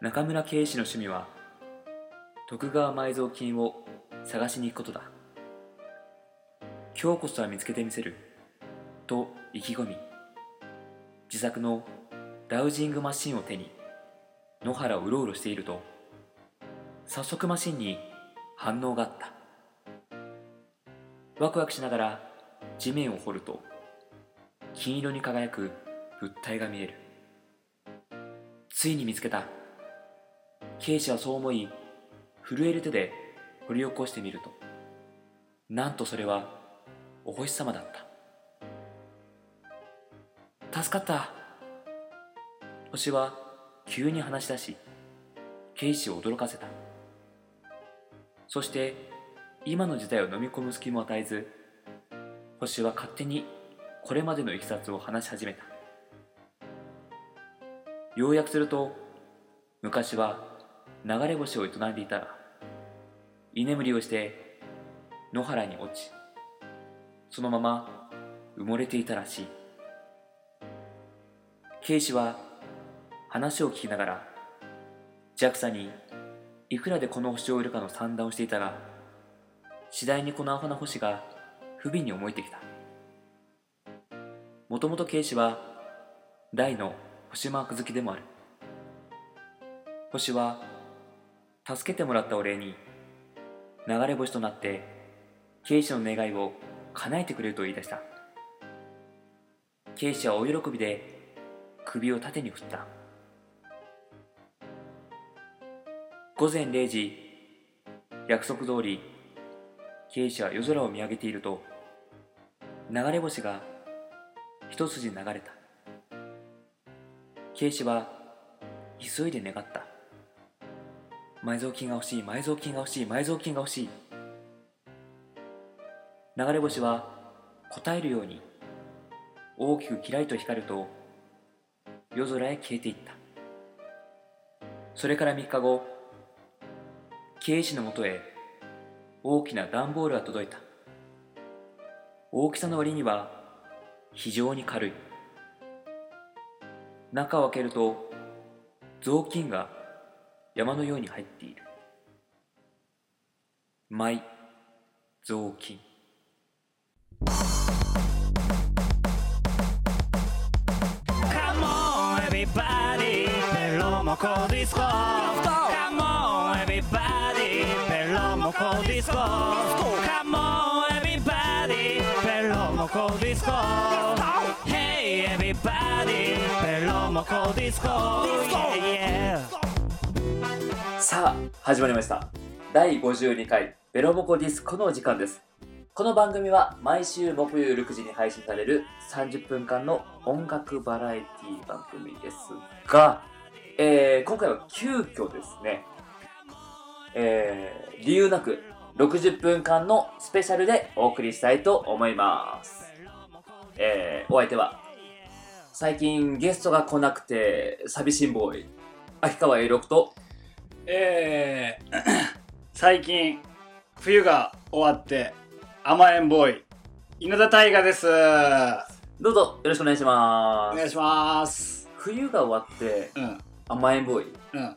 中村圭一の趣味は徳川埋蔵金を探しに行くことだ今日こそは見つけてみせると意気込み自作のラウジングマシンを手に野原をうろうろしていると早速マシンに反応があったワクワクしながら地面を掘ると金色に輝く物体が見えるついに見つけたケイシはそう思い震える手で掘り起こしてみるとなんとそれはお星様だった助かった星は急に話し出しケイシを驚かせたそして今の時代を飲み込む隙も与えず星は勝手にこれまでのいきさつを話し始めた要約すると昔は流れ星を営んでいたが居眠りをして野原に落ちそのまま埋もれていたらしい警視は話を聞きながら JAXA にいくらでこの星を売るかの算段をしていたが次第にこのアホな星が不憫に思えてきたもともと警視は大の星マーク好きでもある星は助けてもらったお礼に流れ星となって警視の願いを叶えてくれると言い出した警視は大喜びで首を縦に振った午前0時約束通り警視は夜空を見上げていると流れ星が一筋流れた警視は急いで願った埋蔵金が欲しい埋蔵金が欲しい埋蔵金が欲しい流れ星は答えるように大きくキラリと光ると夜空へ消えていったそれから3日後警視のもとへ大きな段ボールが届いた大きさの割には非常に軽い中を開けると雑巾が山のように入っている舞雑巾 Come on, everybody, bello moco disco. Come on, everybody, bello moco disco. Come on, everybody, bello moco disco. Hey, everybody, bello moco disco. Yeah, yeah. さあ始まりました第52回ベロボコディスコのお時間ですこの番組は毎週木曜夜9時に配信される30分間の音楽バラエティ番組ですが、えー今回は急遽ですね、えー理由なく60分間のスペシャルでお送りしたいと思います、えーお相手は最近ゲストが来なくて寂しんボーイ秋川 A6 とえー、最近冬が終わって甘えんボーイ稲田大我ですおどうぞよろしくお願いします。願いします冬が終わってうん甘えん坊い。うん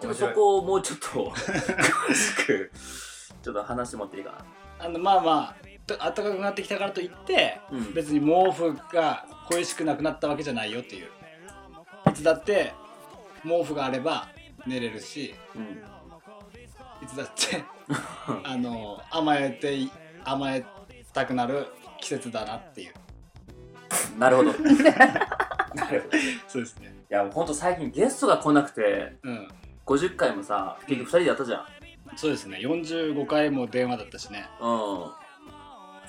ちょっと面そ白いこをもうちょっと詳しくちょっと話してもらっていいかあのまあまあと暖かくなってきたからといってな。うん。別に毛布が恋しくなくなったわけじゃないよっていういつだって毛布があれば寝れるしうん。いつだって あの甘えてい甘えたくなる季節だなっていうな るほど。なるほど。いそうですねやもうほんと最近ゲストが来なくてうん50回もさ結局2人でやったじゃん。そうですね45回も電話だったしねうん。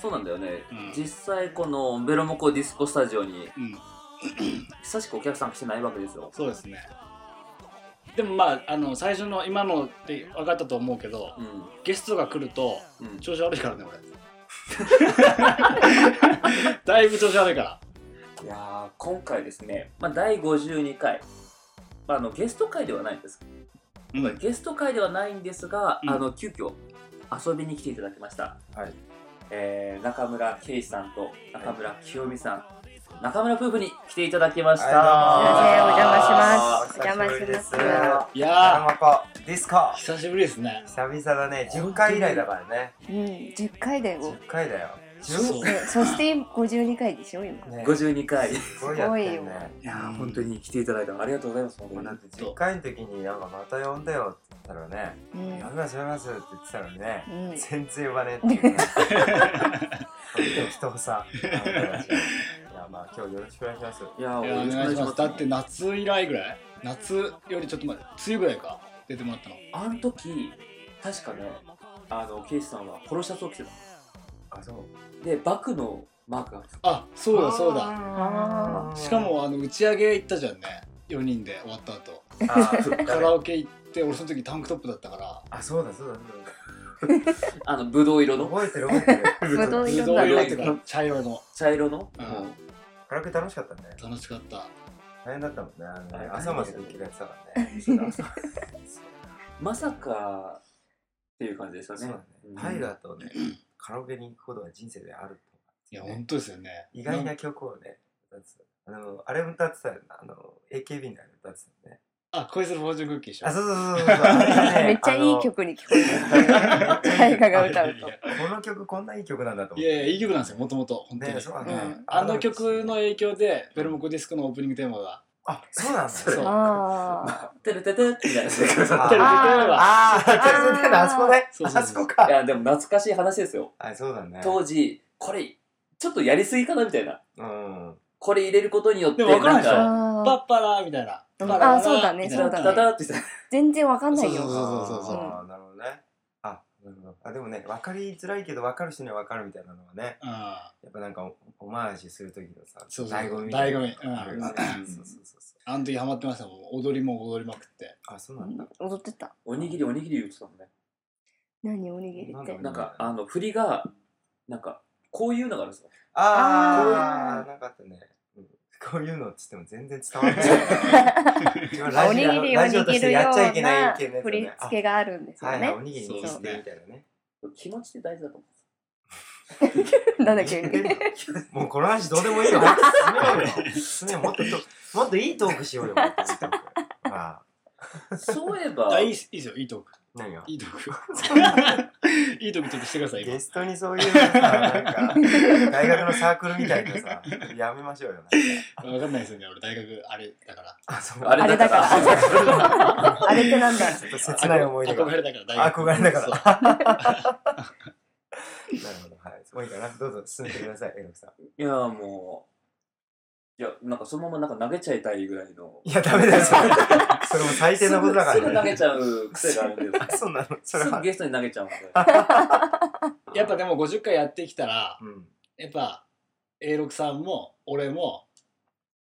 そうなんだよね、うん実際このベロモコディスコスタジオにうん久しくお客さん来てないわけですよ。そうですねでもまああの最初の今のって分かったと思うけどうん。ゲストが来るとうん、調子悪いからね俺だいぶ調子悪いからいやー今回ですね、まあ、第52回、まあ、あのゲスト会ではないんですうんうんゲスト会ではないんですが、うんあの急遽遊びに来ていただきました、はいえー中村圭司さんと中村清美さん、中村夫婦に来ていただきました。はどうもい先生お邪魔しまお久すしぶりですお邪魔しいドやラマコディスコー久しぶりですね久々だね10回以来だからねうん、10回だよ。 10回だよそうねそして52回でしょ、今。ね52回。いすごいやってるすごいよねやー本当に来ていただいてありがとうございます。本当もうにだって10回の時になんかまた呼んだよって言ったらねうん「や。めますやめます」って言ってたのにねうん全然呼ばねえっていうね適当さいやまあ今日よろしくお願いしますいやいやおー願いしますだって夏以来ぐらい夏よりちょっと前梅雨ぐらいか出てもらったのあの時確かねあのケイシさんはポロシャツを着てたあそうでバクのマークがあそうだそうだあしかもあの打ち上げ行ったじゃんね4人で終わった後あーカラオケ行って俺その時タンクトップだったからあそうだそうだそうあのブドウ色だの覚えてる覚えてる ーぶどうブ色ドウなん色だっていうか茶色の茶色の、うんもカラオケ楽しかったね楽しかった大変だったもんねあのねあ朝までできるやつだからねそうだそううまさかっていう感じでしただねねタイガーとねカラオケに行くことが人生であるいやとね本当ですよね意外ななん曲をね歌ってたあのあれ歌ってたよなあの AKB のあれ歌ってたよねあ恋するフォーチュンクッキーでしょあ そうそうそうそうあれねめっちゃいい曲に聞こえる。大河が歌う と。あのこの曲こんないい曲なんだと思いっやていやいい曲なんですよもともと本当に、ねそうだうねんああの曲の影響でベルモコディスクのオープニングテーマがあそうなんだそれそうあてるててってみたいなテレビテーマがあーあそうだねあそこねそうそうそうあそこいかやでも懐かしい話ですよあそうだね当時これちょっとやりすぎかなみたいなうんこれ入れることによってでも分からんでしょなあパー。ッパラーみたいなうパんラララあそうだねみたいなそうだねダダダってした全然わかんないそうよ。そうそうあーなるほどねあなるほどあでもね分かりづらいけど分かる人には分かるみたいなのはねうんやっぱなんかオオマージュする時のさそうそう醍醐味みたいな醍醐味うんあるよねうんそうそうそうそうあの時ハマってましたもん踊りも踊りまくってあそうなんだ踊ってた。おにぎりおにぎり言ってたもんね何おにぎりなっんだろてう。なんかあの振りがなんかこういうのがあるんですよああー、なかったね。うんこういうのっつっても全然伝わら ない。今あラおにジオぎりおラにジオとぎしてるよやっちゃいうけないな意見のやつ振だりね付けがあるんですあはよいはい、ねお。にぎりにしてみたいなね。気持ちって大事だと思なんだっけ。もうこの話どうでも いいよ。もっと進めようよ進めようもっともっといいトークしようよ。もっといいトークまあ、うそういえ ばあいいっすいいですよいいトーク何がいいトーク いいトークちょっとしてください今ゲストにそういうさ、なんか大学のサークルみたいなさ、やめましょうよ。なんか分かんないですよね俺大学あれだからあ、そうあれだからあれあれってなんだ。ちょっと切ない思い出が。憧なるれだから大学憧れだからそうほど、はい。もういいかな。どうぞ進めてください、エロクさん。いやーもういやなんかそのままなんか投げちゃいたいぐらい のいや、ダメだよ、それ。それも最低なことだから、すぐすぐ投げちゃう癖があるんでそうなの、 それすぐは。ゲストに投げちゃうんでやっぱでも50回やってきたらうん。やっぱ A6 さんも俺も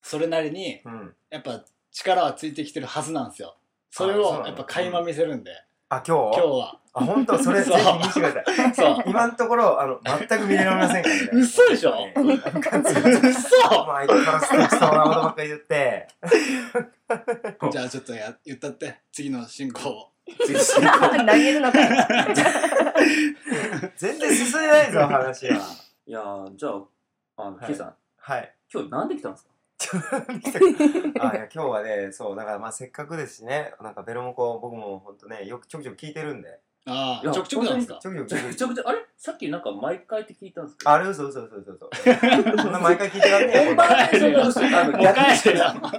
それなりにうん。やっぱ力はついてきてるはずなんですよそれあそうなをのやっぱ垣間見せるんであ、今日今日はあ、本当それ、ぜそうひ見せてください。そう 今のところ、あの、全く見れられませんからね。嘘でしょねなんかずっともうく そ相変わらず適当なことばっかり言って。じゃあちょっとや言ったって次の進行を次進行投げるの かよ。全然進んでないぞ、話は。いやーじゃああの、はいケイさんはい。今日なんで来たんですかあ いや今日はね、そう、だからまあせっかくですしね、なんかベロモコ、僕も本当ね、よくちょくちょく聞いてるんで。あいあやちょくちょくなんですちょかくちちょく聞いてるょくちょあれさっきなんか毎回って聞いたんですけどあれ嘘嘘嘘嘘嘘。そんな毎回聞いてらんねえよ本番で そうなんですよあのもう逆にし帰てれたよなん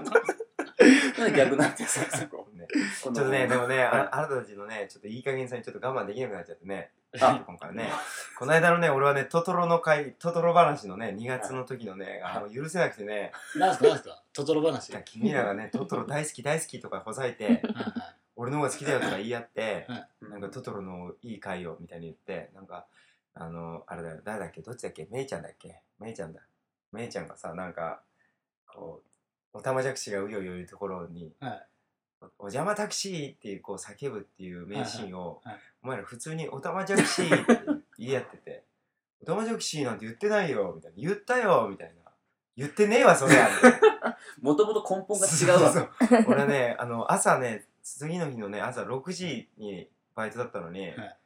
で逆なんですかそこねこのちょっとね、でもね、はいああなたたちのね、ちょっといい加減さにちょっと我慢できなくなっちゃってね、あ今回ね、この間のね、俺はね、トトロの回、トトロ話のね、2月の時のね、あの許せなくてね、 なんすかなんすかトトロ話いや君らがね、トトロ大好き大好きとかほざいて、俺の方が好きだよとか言い合って、ななんんかかとトトロのいい回をみたいに言って、なんか、あの、あれだよ、誰だっけ、どっちだっけ、メイちゃんだっけ、メイちゃんだ。メイちゃんがさ、なんか、こう、おたまじゃくしがうようよいうところに、はいおお邪魔タクシーっていうこう叫ぶっていう名シーンを、はいはいはいお前ら普通におたまじゃくしーって言い合ってて、おたまじゃくしーなんて言ってないよ、みたいな。言ったよ、みたいな。言ってねえわ、それや。もともと根本が違うわそうそう俺ねあの朝ね次の日のね朝6時にバイトだったのに、はい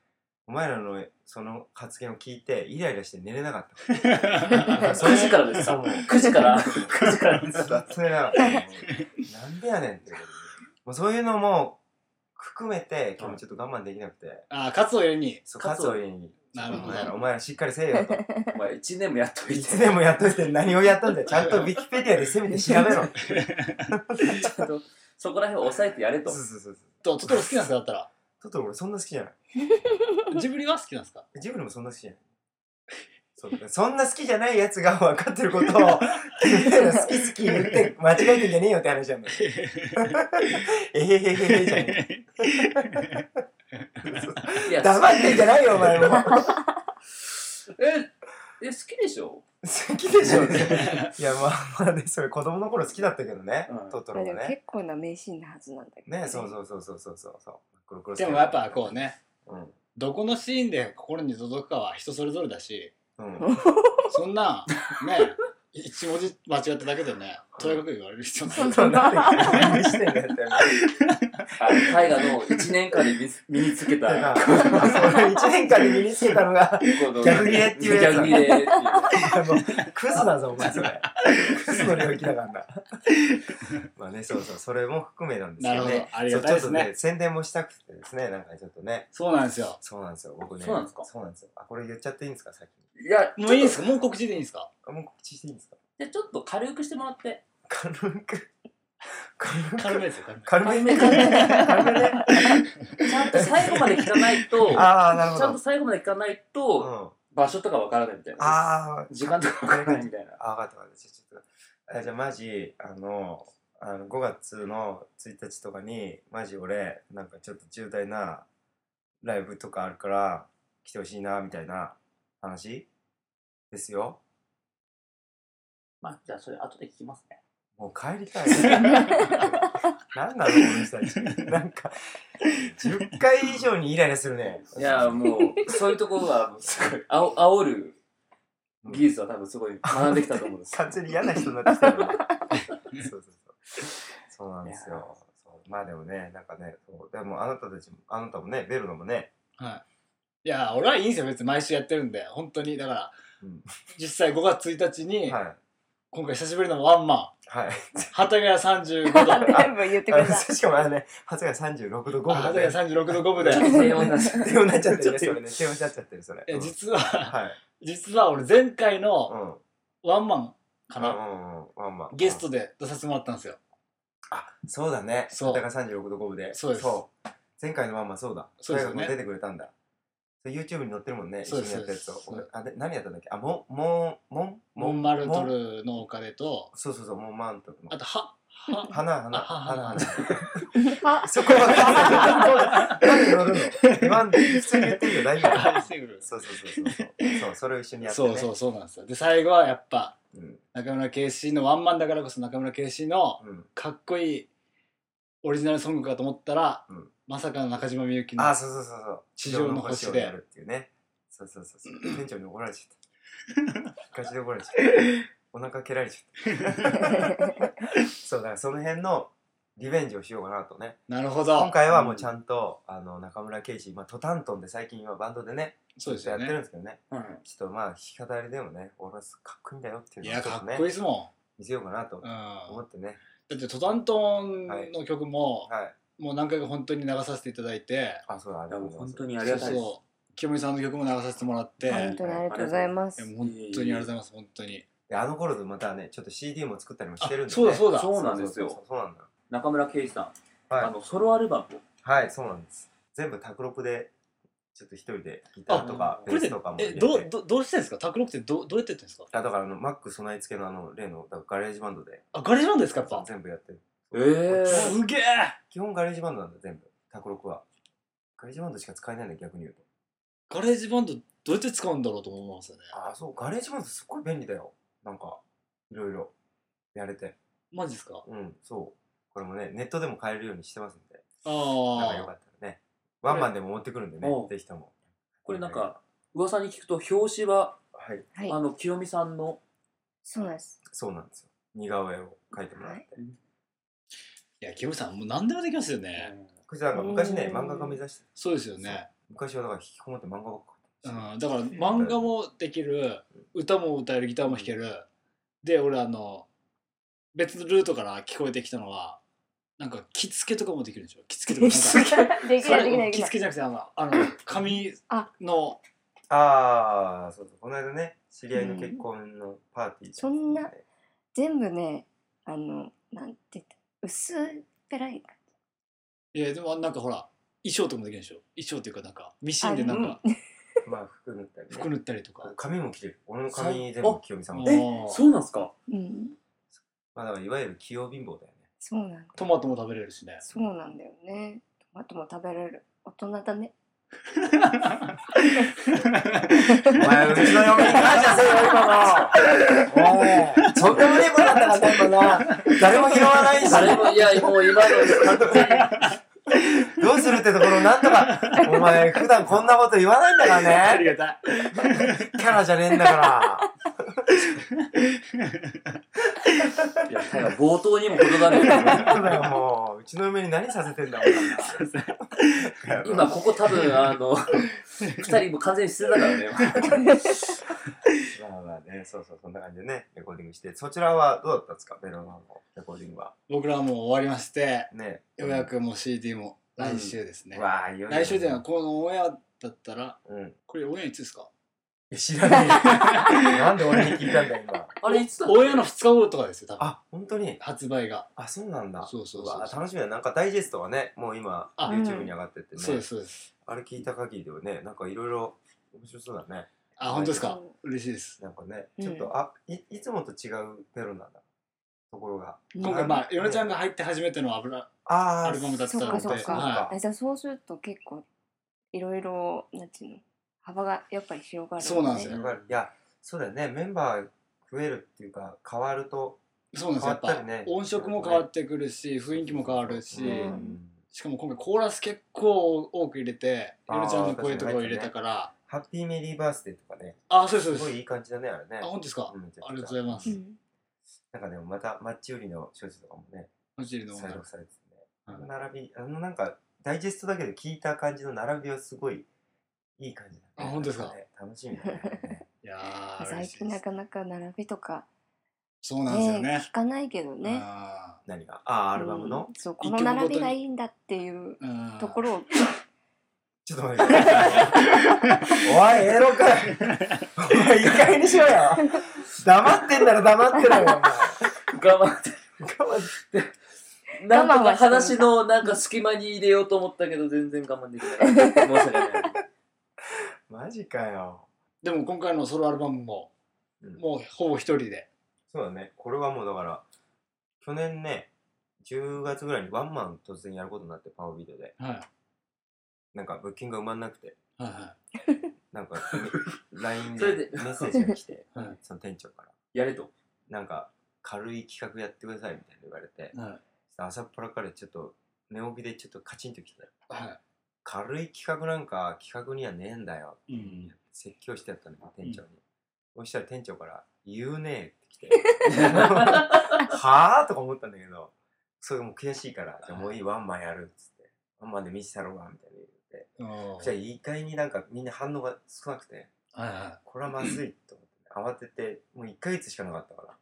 お前らのその発言を聞いてイライラして寝れなかっ たそ9時からですか ?9 時から ?9 時からですずっかと寝れ なかったもうなんでやねんってことでもうそういうのも含めて今日もちょっと我慢できなくて、ああ、カツを入れに。そうカカツツをを家になるほどお前らお前らしっかりせえ よとお前1年もやっといいてつでもやっといて何をやったんだよちゃんとウィキペディアでせめて調 べろちゃんとそこら辺を抑えてやれとそうそうそうそと、うトトロ好きなんですかだったら。トトロ俺そんな好きじゃないジブリは好きなんです かジブリもそんな好きじゃないそうそんな好きじゃないやつが分かってること を君ら好き好き言って間違えてんじゃねえよって話なんだよえへへへへじゃねえいや黙ってんじゃないよお前もええ好きでしょ好きでしょいやまあまあねそれ子供の頃好きだったけどね、うんトトまあロでももね結構な名シーンなはずなんだけどねそうそうそうそうそうそうそう黒黒でもやっぱこうね、うんどこのシーンで心に届くかは人それぞれだし、うんそんな、ね、一文字間違っただけでね、とやかく言われる必要 ない。そんな何してんだよって あの大河の1年間で身に身につけだからたそれ1年間で身につけたのがこの逆ギレっていうやつ逆ギレっていうもうクズだぞお前それクズの領域だからなまあねそうそうそれも含めなんですけどなるほねどありがたいですねそうちょっと宣伝もしたくてですねなんかちょっとねそうなんですよ。そうなんですよ僕ねそうなんですかそうなんですよあこれ言っちゃっていいんですか先にいやもういいですかもう告知でいいですかあもう告知していいんですかじゃあちょっと軽くしてもらって軽く軽軽めくですよ、軽め。軽軽めめ軽めねちゃんと最後まで聞かないとち ああなるほゃんとど最後まで聞かないうと、ん場所とかわからないみたいなああ時間とかわからないみたいなあ、分かった分かった。ちょちょっと、あじゃあマジ、あの、あの5月の1日とかに、マジ俺、なんかちょっと重大なライブとかあるから、来てほしいな、みたいな話ですよ。まあじゃあそれ後で聞きますねもう帰りたい。なんなの、この人たち。なんか、10回以上にイライラするね。いやもうそういうところはもうすごいあお煽る技術は多分すごい学んできたと思うんです完全に嫌な人になってきた よねそうそうそうそうなんですいやよそうまあでもねなんかねそうでもあなたたちもあなたもねベルノもねいや、俺はいいんですよ、別に毎週やってるんで、本当に。だから、うん実際5月1日に、はい今回久しぶりのワンマはいン、畑谷35度、あ全部言ってくれたあしかもあれね発芽36度5分だ畑ね谷36度5分ちょっとで、低温だし低温になっちゃってるねそれね低温になっちゃってるそれえうん実は、はい実は俺前回うのんワンマンかうな、んうんまあまあゲストで出させてもらったんですよ。あそうだねそうだから36度5分でそうですう前回のまんまそうだそうですよね大学も出てくれたんだそれ YouTube に載ってるもんね一そ緒うでにすやったやつをそうです俺あで何やったんだっけあモンモンモンモンマルトルのお金と、そうそうそう、もうマントのあ。と、 は、は、花、花、あ花、花花。あそこは、何乗るの今、普通に言ってるよ、大丈ハイ夫。セグルそうそうそうそう。そう、それを一緒にやってね。そうそうそうなんですよ。で、最後はやっぱ、うん。中村圭司のワンマンだからこそ中村圭司のうん。かっこいいオリジナルソングかと思ったら、うんまさかの中島みゆきのあ、そうそうそうそう。地上の星で地上をやるっていうね。そうそうそ うそう。店長に怒られちゃった。ガチで怒られちゃった。お腹蹴られちゃった。そう、だからその辺のリベンジをしようかなとね。なるほ今ど回はもうちゃんと、あの中村圭司、まあ、トタントンで最近はバンドでねそうですよねやってるんですけどねうんちょっとまあ弾き語りでもね俺はかっこいいんだよっていいうのやをちょかっっとこいねいですも見せようかなとん、うん、思だってね、ってトタントンの曲も、はいもう何回か本当に流させていただいてあそうだあいやもう本当ににありがたいですそうそう清美さんの曲も流させてもらっていや本当にありがとうございますもう本当にありがとうございます本当にあの頃でまたねちょっと CD も作ったりもしてるんで、ね、そうだそうだそうそうなんですよそうそうそうなんだよ中村圭司さん、あはのソロアルバムい、はい、そうなんです全部卓録でちょっと一人でギターとかこベーれスでとかも入えれてどうどどうしてるんですかタクロクってどどうやってやってるんですかあだからあのマック備え付けのあの例のだからガレージバンドであガレージバンドですかやっぱ全部やってるえーすげえ基本ガレージバンドなんだ全部タクロクはガレージバンドしか使えないんだ逆に言うとガレージバンドどうやって使うんだろうと思いますよねああそうガレージバンドすっごい便利だよなんかいろいろやれてマジですかうんそうこれもねネットでも買えるようにしてますんであなんかよかあったらねワンマンでも持ってくるんでねおうぜひともこれなんか噂に聞くと表紙ははいはいあの清美さんのそうなん ですそうなんですよ似顔絵を描いてもらって、いやキムさんもう何でもできますよねこちらなんか昔ねうん漫画家目指してそうですよね昔はだから引きこもって漫画ばっか買ってましたうん、だから漫画もできる歌も歌えるギターも弾けるで俺あの別のルートから聞こえてきたのはなんか着付けとかもできるでしょ着付けとかなんかできそなれいできないでき着ない付けじゃなくてあの あの髪あのああそうそうこの間ね知り合いの結婚のパーティーそんな全部ねあのなんて言った薄っぺらいいやでもなんかほら衣装とかもできるでしょ衣装っていうかなんかミシンでなんかまあ服塗ったりね服塗ったりとか、髪も着てる俺の髪全部清美さんがあえーそうなんすかうんまあだからいわゆる器用貧乏だよねそうなんだよトマトも食べれるしねそうなんだよねトマトも食べれる大人だねお前うちの嫁に感謝せよ今のおいとんでもねえことだったな全部な誰も拾わないし誰もいやもう今の完全にどうするってところなんとかお前普段こんなこと言わないんだかあらりねがたいキャラじゃねえんだからいやなんか冒頭にも程があるよね本当だよもううちの嫁に何させてんだお前今ここ多分あの二人も完全に捨てたからねまあまあねそうそうそんな感じでねレコーディングしてそちらはどうだったんですかベロナのレコーディングは僕らはもう終わりましてねようやくもう CD も来週ですね、うわあいよいよ来週ではこのオンエアだったらうんい これオンエアいつですかや知らねえよなんで俺に聞いたんだよ今あれいつだオンエアの2日後とかですよ多分あ本当に発売があそうなんだそうそうそうわあ楽しみだなんかダイジェストはねもう今あ YouTube に上がってってね、そうですそうですあれ聞いた限りではねなんかいろいろ面白そうだねあ本当ですか嬉しいですなんかねうんちょっと、あいいつもと違うベロナだところが今今回まあうんヨネちゃんが入って初めての油あーアルバムだったのでそうかそうかはあじゃあそうすると結構いろいろなんていうの幅がやっぱり広がる、ね、そうなんですよ広がるいやそうだよねメンバー増えるっていうか変わるとい、そうなんですよやっ変わぱったりね音色も変わってくるし雰囲気も変わるし、うんしかも今回コーラス結構多く入れてあーヨネちゃんの声とかを入れたからハッピーメリーバースデーとかねああそうですすそうでごいいすい感じだねあれねあ本当ですか、うんめちゃくちゃありがとうございます、うんなんかでもまたマッチ売りの小説とかもねマジで飲んだ再ら録されててね、はいあの並びあのなんかダイジェストだけで聞いた感じの並びはすごいいい感じだあね本当ですかなんね楽しみだね いやー最嬉しい近でなすかなか並びとかそうなんですよねね聞かないけどねあ何がああアルバムの、うんそうこ一の曲ごとに並びがいいんだっていうーうんところをちょっと待っておいエロかいおいいい加減にしろよ黙ってんなら黙ってろよお前我慢我慢しなんと我慢かはして話るのかのなんか隙間に入れようと思ったけど全然我慢できなかった申し訳ない マジかよ、でも今回のソロアルバムもうんもうほぼ一人でそうだねこれはもうだから去年ね10月ぐらいにワンマン突然やることになってパワービートではいなんか物件が埋まんなくてはいはなんか LINE そでれメでッセージが 来ていはいその店長からやれとなんか軽い企画やってくださいみたいな言われてはい朝っぱらからちょっと寝起きでちょっとカチンときては軽い企画なんか企画にはねえんだよいうん説教してやったのよ店長に、そしたら店長から「言うね え」って来て「ははあ?」とか思ったんだけどそれもう悔しいから「じゃあもういいワンマンやる」っつって「ワンマンで見せたろうが」みたいな言ってうんそしたら意外になんかみんな反応が少なくてはいはこれはまずいと思って慌ててもう1ヶ月しかなかったから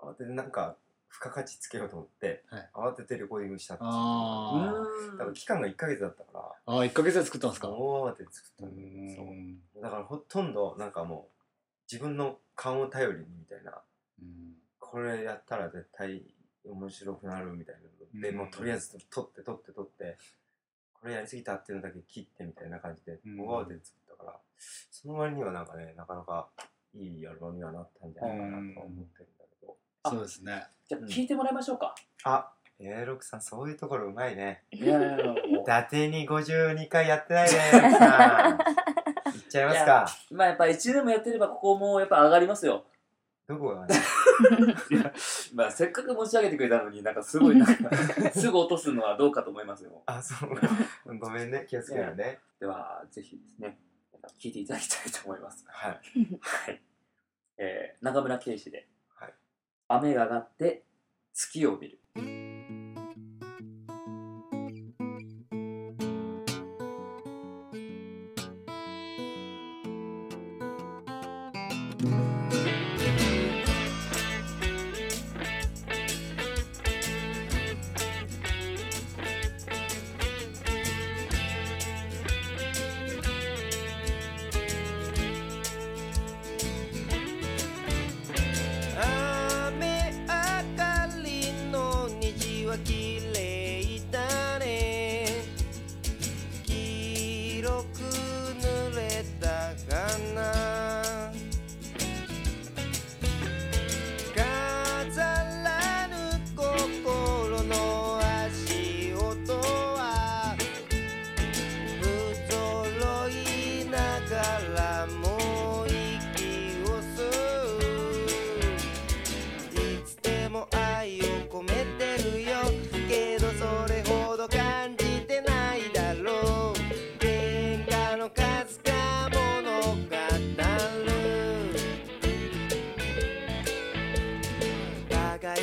慌ててなんか付加価値つけようと思って、はい慌ててレコーディングしたっていううあーんだから期間が1ヶ月だったからああ1ヶ月で作ったんですか大慌てで作ったうんだよねそうーんだからほとんどなんかもう自分の勘を頼りにみたいなうんこれやったら絶対面白くなるみたいなでうんもうとりあえず取って取って取ってこれやりすぎたっていうのだけ切ってみたいな感じでうん大慌てで作ったからその割にはなんかねなかなかいいアルバムにはなったんじゃないかなとは思ってるんだけどあそうですねじゃあ聞いてもらいましょうかあ A6 さんそういうところうまいねいやいやいやも伊達に52回やってないね A6 さんいっちゃいまいすやかうまあやっぱ一年もやってればここもやっぱ上がりますよどこがねまあせっかく持ち上げてくれたのになんかすごいなん かすぐ落とすのはどうかと思いますよあ、そう。ごめんね、気をつけるね。ではぜひですね聞いていただきたいと思いますはい。はい。えー、中村圭司で、はい雨が上がって月を見る。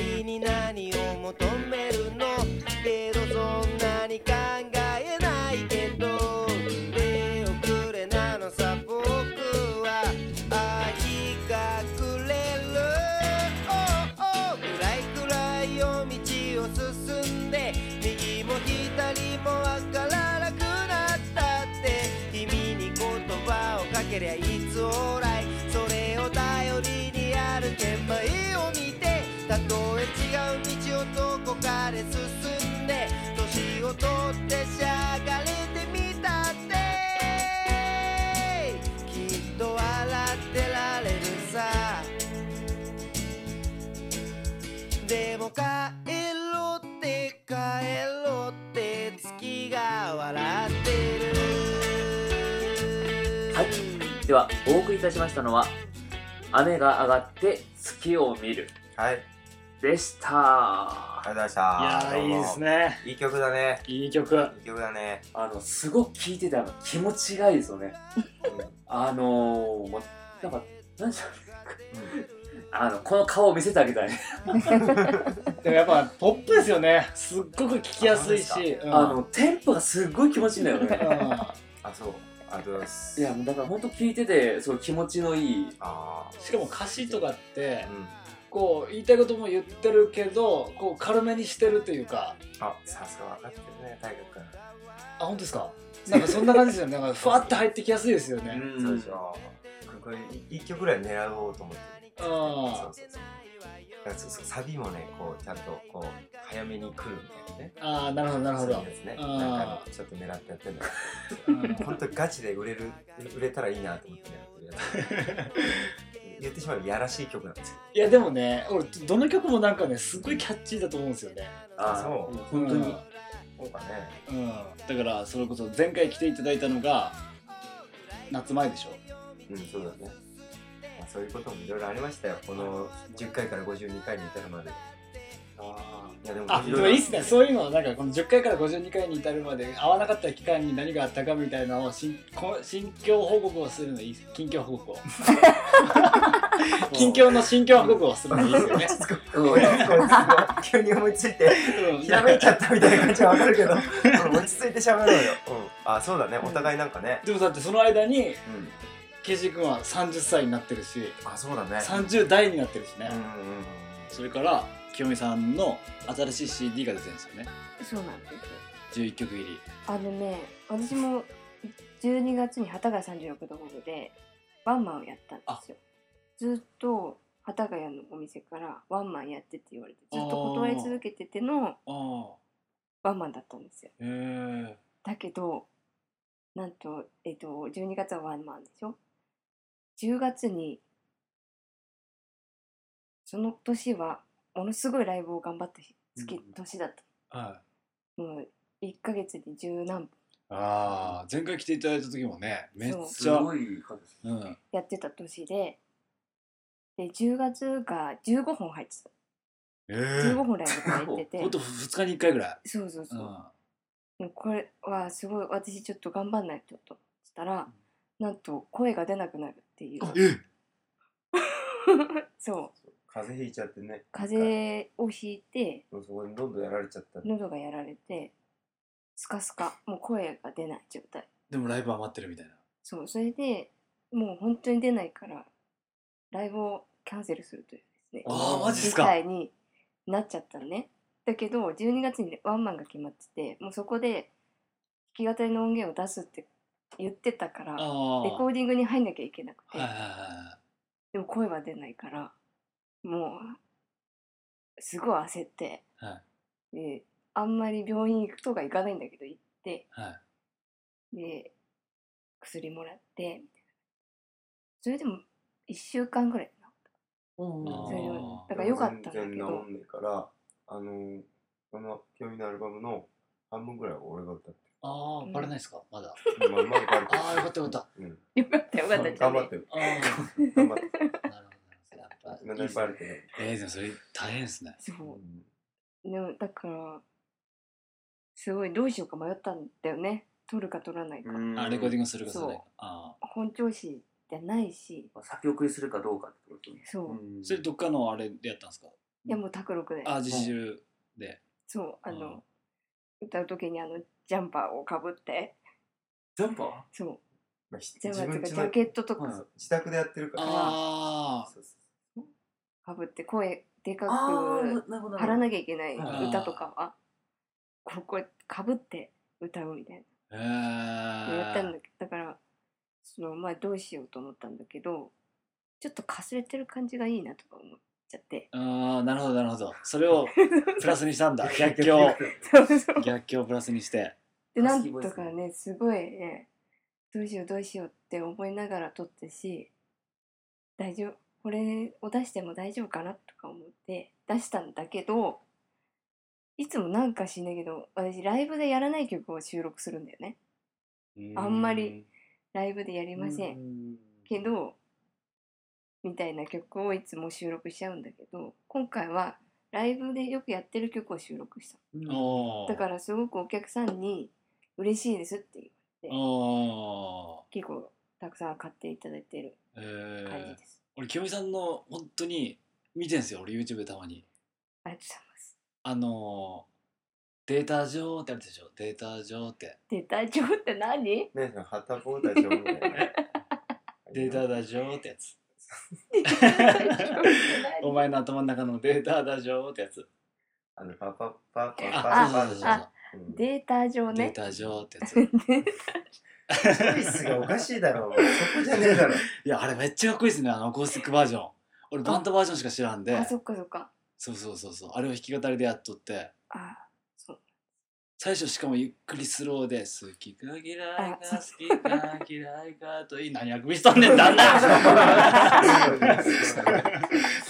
求めるのけどそんなに考えないけど出遅れなのさ僕は愛がくれる Oh, oh 暗い暗い夜道を進んで右も左もわからなくなったって君に言葉をかけりゃいつオーライそれを頼りに歩け前を見てたとえ違う道をどこかで進んで年を取ってしゃがれてみたってきっと笑ってられるさでも帰ろうって帰ろうって月が笑ってるはいではお送りいたしましたのは「雨が上がって月を見るはい、あり」でしたがとうございました。やどーういいもです。ねいい曲だね。いい曲いい曲だね。あのすごく聴いてたの気持ちがいいですよねあのー、もうなんか何でしょうあのこの顔を見せてあげたいでもやっぱポップですよねすっごく聞きやすいあそうしうんあのテンポがすっごい気持ちいいんだようねんあ、そう。ありがとうございます。いやもうだから本当聞いててそう気持ちのいいあしかも歌詞とかってあ、うん。こう言いたいことも言ってるけどこう軽めにしてるというかあ、さすが分かってるね、大河あ本当ですかなんかそんな感じですよねなんかふわって入ってきやすいですよね、君。そうでしょ。これ一曲ぐらい狙おうと思って。あそうそうそうだからそうそうサビもね、こうちゃんとこう早めに来るみたいなね。あーなるほどなるほそうどいうやつね。あーなんかちょっと狙ってやってんだうけんど。本当ガチで売れる売れたらいいなと思って狙ってる やつ。言ってしまえばやらしい曲なんですよ。いやでもね俺どの曲もなんかねすごいキャッチーだと思うんですよねあーそう本当に、そうかね。うん、うんだからそれこそ前回来ていただいたのが夏前でしょうん、そうだね。まあ、そういうこともいろいろありましたよ。この10回から52回に至るまで。いやでもあでもいいっすねそういうのはなんかこの10回から52回に至るまで会わなかった期間に何があったかみたいなのをしんこ心境報告をするのいいっす近況報告を近況の心境報告をするのいいですよねうん落ち着こう落ち着こう急に思いついてひらめいちゃったみたいな感じはわかるけどうん落ち着いて喋ろうよ、うん、あそうだねお互いなんかね、でもだってその間にうん、ケイジ君は30歳になってるしあそうだね30代になってるしね、うんうんうんそれから清美さんの新しい CD が出てるんですよねそうなんですよ11曲入りあのね私も12月に幡ヶ谷36度ホールでワンマンをやったんですよずっと幡ヶ谷のお店からワンマンやってって言われてずっと断り続けててのああワンマンだったんですよへえだけどなんと,、えっと12月はワンマンでしょ10月にその年はものすごいライブを頑張った日月うん年だった、はいもう1ヶ月に十何本ああ前回来ていただいた時もねめっすちゃごい数ですうんうんやってた年でで10月が15本入ってええた15本ライブが入っ てて、ほんと2日に1回ぐらいそうそうそう、うんでもこれはすごい私ちょっと頑張んないととしたらなんと声が出なくなるっていうえ そう風邪ひいちゃってね風邪をひいてそこにどんどんやられちゃった喉がやられてスカスカもう声が出ない状態でもライブ余ってるみたいなそうそれでもう本当に出ないからライブをキャンセルするというですねあーマジっす事か態になっちゃったのねだけど12月にワンマンが決まっててもうそこで弾き語りの音源を出すって言ってたからあレあコーディングに入んなきゃいけなくて、はいはいはでも声は出ないからもうすごい焦って、はであんまり病院行くとか行かないんだけど行っいてはいで薬もらってそれでも1週間ぐらいかなそれであもーだから良かったんだけ全然治どんないからあのこの興味のアルバムの半分ぐらいは俺が歌ってああバレないですかまだるまあまあバレてるああよかったよかったうんよかったよかったじゃ頑ね張ってる ああなるほ頑張ってどるなるほどやっぱい何いっですバレねてるえーでもそれ大変ですねそうでもだからすごいどうしようか迷ったんだよね取るか取らないか、うんあレコーディングするかそうそれああ本調子じゃないし先送りするかどうかってことねそう、いそれどっかのあれでやったんですかやもう卓六でああ実習でそうあの、うん歌う時にあのジャンパーをかぶってジャンパーそうまあひジャン自パー分家とかジャのケットとはいか自宅でやってるからあそうそうかぶって声でかあーなくなるほどなるほど張らなきゃいけないはい歌とかはこうこうかぶって歌うみたいあへなのやったんだえけどだからその前どうしようと思ったんだけどちょっとかすれてる感じがいいなとか思っちゃってああなるほどなるほどそれ をプラスにしたんだ逆境そうそう逆境をプラスにしてでハなスんキーボイスとかねすごいねどうしようどうしようって思いながら撮ったし大丈夫これを出しても大丈夫かなとか思って出したんだけどいつもなんかしないけど私ライブでやらない曲を収録するんだよねあんまりライブでやりませんんけどみたいな曲をいつも収録しちゃうんだけど今回はライブでよくやってる曲を収録したおーだからすごくお客さんに嬉しいですっていうお結構たくさん買っていただいてるー感えじーです。俺清美さんの本当に見てんすよ俺 YouTube でたまにありがとうございます。あのーデータ上ってあるでしょデータ上ってデータ上っ て何？ねその旗棒たちをみたいなねデータだ上ってやつデータ上って お前の頭の中のデータだ上ってやつあのパパパパパあそうパそうそうパそううん何？データ上デーね。タ上ってやつチョイスがおかしいだろうそこじゃねえだろいやあれめっちゃかっこいいですねあのアコースティックバージョン俺バンドバージョンしか知らんであそっかそっか。そうそうそうそうあれを弾き語りでやっとってあ最初しかもゆっくりスローで「好きか嫌いかあそ好きか嫌いか」といい何あくびしとんねんだん だ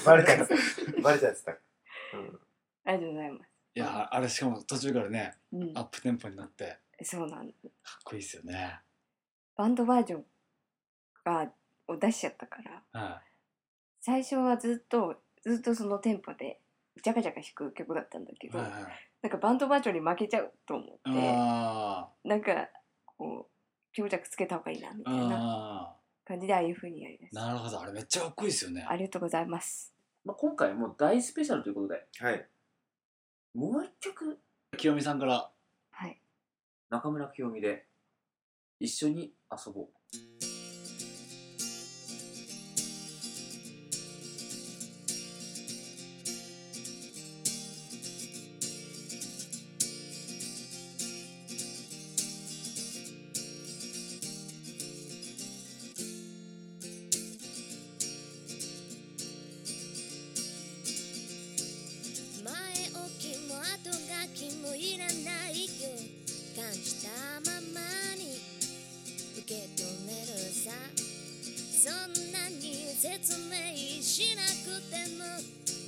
バレたやつバレたやつだありがとうございます。いやあれしかも途中からねうんアップテンポになってそうなんだ。かっこいいですよねバンドバージョンがを出しちゃったから、は最初はずっとずっとそのテンポでジャカジャカ弾く曲だったんだけいど、はいはいなんかバンドバージョンに負けちゃうと思って、あなんかこう強弱つけた方がいいなみーたいなあ感じでああいう風にやりだーした。なるほどあれめっちゃかっこいいですよねありがとうございます。まあ、今回もう大スペシャルということではいもう一曲清美さんからはい。中村清美で一緒に遊ぼう前置きも後書きもいらないよ感じたままに受け止めるさそんなに説明しなくても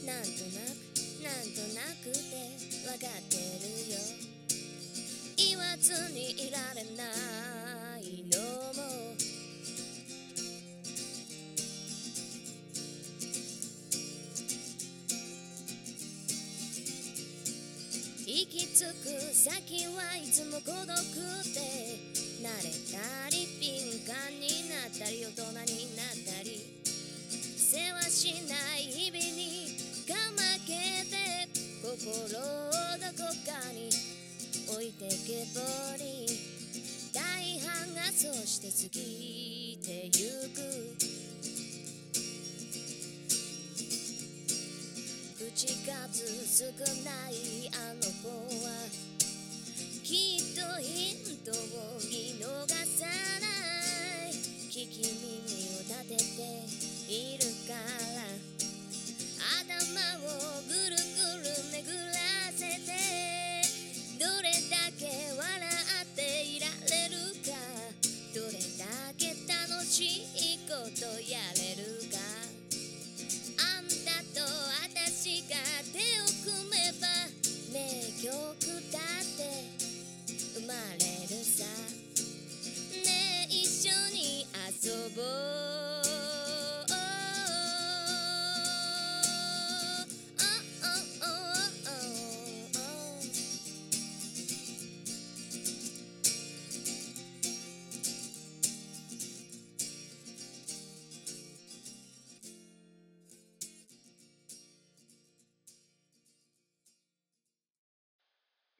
なんとなくなんとなくてわかってるよ言わずにいられないのも行き着く先はいつも孤独で慣れたり敏感になったり大人になったり世話しない日々にかまけて心をどこかに置いてけぼり大半がそうして過ぎてゆく口数少ないあの子はきっとヒントを見逃さない聞き耳を立てているから頭をぐるぐる巡らせてどれだけ笑っていられるかどれだけ楽しいことやれるかあんたと私が手を組めば目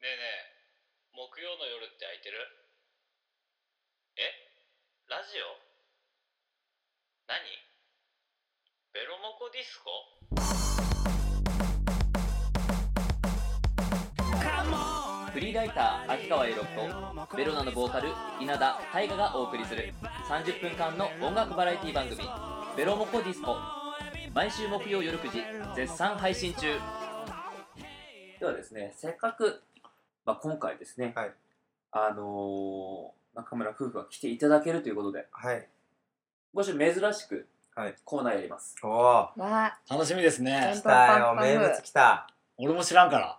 ねえねえ木曜の夜って空いてるえラジオ何ベロモコディスコ Come on フリーライター秋川栄六とベロナのボーカル稲田大我がお送りする30分間の音楽バラエティ番組「ベロモコディスコ」毎週木曜夜9時絶賛配信中ではですねせっかく、まあ、今回ですね、はいあのー中村夫婦が来ていただけるということではい。今週珍しくはいコーナーやります、おお。わあ、楽しみですね来たよ、パンパンパン名物来た。俺も知らんから